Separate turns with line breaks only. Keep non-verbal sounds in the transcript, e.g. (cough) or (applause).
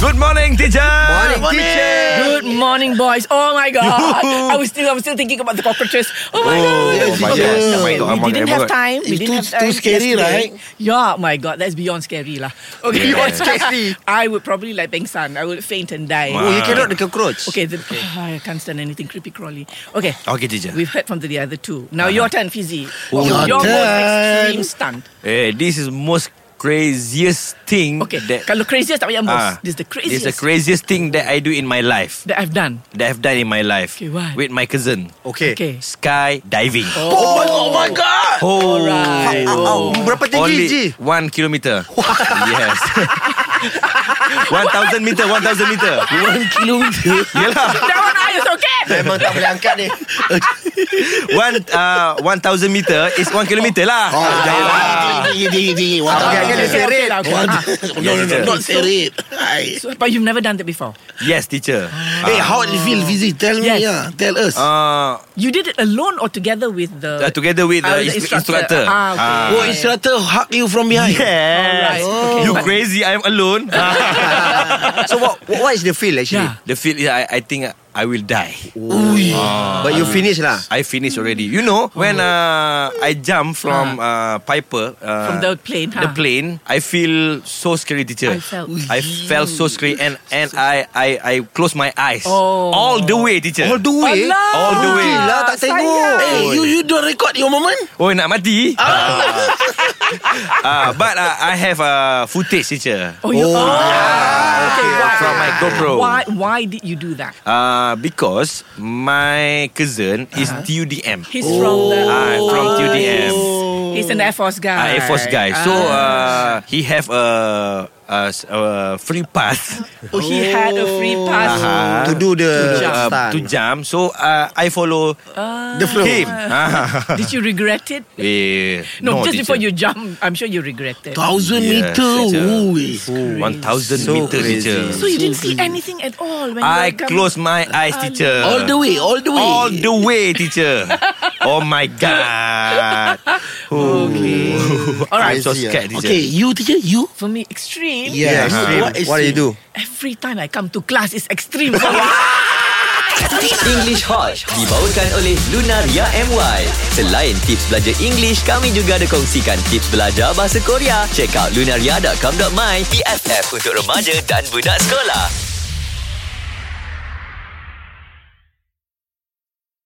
Good morning, teacher.
Morning.
Good morning, boys. Oh my
(laughs)
god,
Yoo-hoo.
I was still, I was still thinking about the cockroaches. Oh my
Oh,
god,
yes, yes.
Okay, okay.
Oh my God,
we
among
didn't
them,
have
but
time. We
it's
didn't
too-
have time.
too scary,
Yesterday.
right?
Yeah, Oh my god, that's beyond scary, lah. Okay,
Beyond
scary.
(laughs) I would probably like Beng San. I would faint and die.
Wow.
Oh, you cannot the cockroach.
Okay, the, I can't stand anything creepy crawly.
Okay,
Okay,
Uh-huh. Oh, teacher.
we've heard from the other two. Now your turn, Fizzy.
Your
your most
turn.
extreme stunt.
Eh, this is most craziest thing.
Okay,
That,
kalau craziest tak payah most.
Ah,
this is the
This
craziest
is the craziest thing that I do in my life.
that I've done.
That I've done in my life.
Okay, what?
With my cousin.
Okay.
Okay.
Sky diving.
Oh, my, oh my god.
Oh,
Alright.
Oh. Berapa tinggi,
Only
Ji?
one
(laughs)
kilometer. yes. (laughs) One thousand meter, one thousand meter.
One kilometer.
(laughs) Yelah,
That one I is
(laughs)
okay.
Memang tak boleh angkat ni.
one uh, one thousand meter is one kilometer lah.
Oh,
Ah, yelah.
tinggi, tinggi, tinggi. Wah,
Okay,
tak
okay,
boleh
okay.
seret.
Okay, okay.
Wah, No, no, no,
Yeah,
not serit. Hai.
So, but you've never done that before.
Yes, teacher.
Ah.
Hey, how it feel, Fizi? Tell me,
Yes.
yeah. Tell us.
Uh,
You did it alone or together with the
uh, together with the
Ah, with the
instru-
instructor.
instructor.
Ah, okay.
Ah.
Oh, instructor hug you from behind.
Yes.
Alright, okay.
You
But-
crazy? I'm alone. (laughs)
Oh.
So what, what what is the feel actually?
Yeah.
the feel is I, I think I will die.
Ui.
But you finish lah.
I finish already. You know when
Oh.
uh, I jump from uh, Piper uh,
Ah. From the plane,
the
huh?
plane, I feel so scary, teacher.
I felt-
I felt so scary, and and I I I close my eyes
Oh.
all the way, teacher.
All the way.
Alah,
All the way.
Gila tak tengok.
sayang.
Hey, you you don't record your moment?
Oh nak mati. Ah. Ah, but uh, I have a uh, footage, teacher.
Oh, you, oh, okay, why,
From my GoPro.
why? Why did you do that?
Uh, because my cousin is TUDM.
He's from the
Ah, from
Oh,
TDM.
he's- He's an Air Force guy.
Uh, Air Force guy. So uh, he have a, a, s- a free
(laughs)
pass
oh, he had a free pass.
Ah,
To do the
To jump.
uh,
stunt.
to jump. So uh, I follow
The flow.
him. Ah.
Did you regret it?
Eh,
No, just
teacher.
before you jump, I'm sure you regret it.
Thousand
Yes,
meter.
teacher.
Ui.
One thousand
So
meter,
crazy.
teacher.
So you didn't see anything at all when
I
you were
close my eyes, teacher.
All the way, all the way.
All the way, (laughs) teacher. oh my god. Okay. All right. I'm so
Crazy, ah.
scared, teacher.
Okay, you teacher, you.
For me, extreme.
Yeah,
Yeah.
extreme.
What is
What do you
it?
do?
Every time I come to class, it's extreme for me.
English Hot dibawakan oleh Lunaria MY. Selain tips belajar English, kami juga ada kongsikan tips belajar bahasa Korea. Check out lunaria.com.my PFF untuk remaja dan budak sekolah.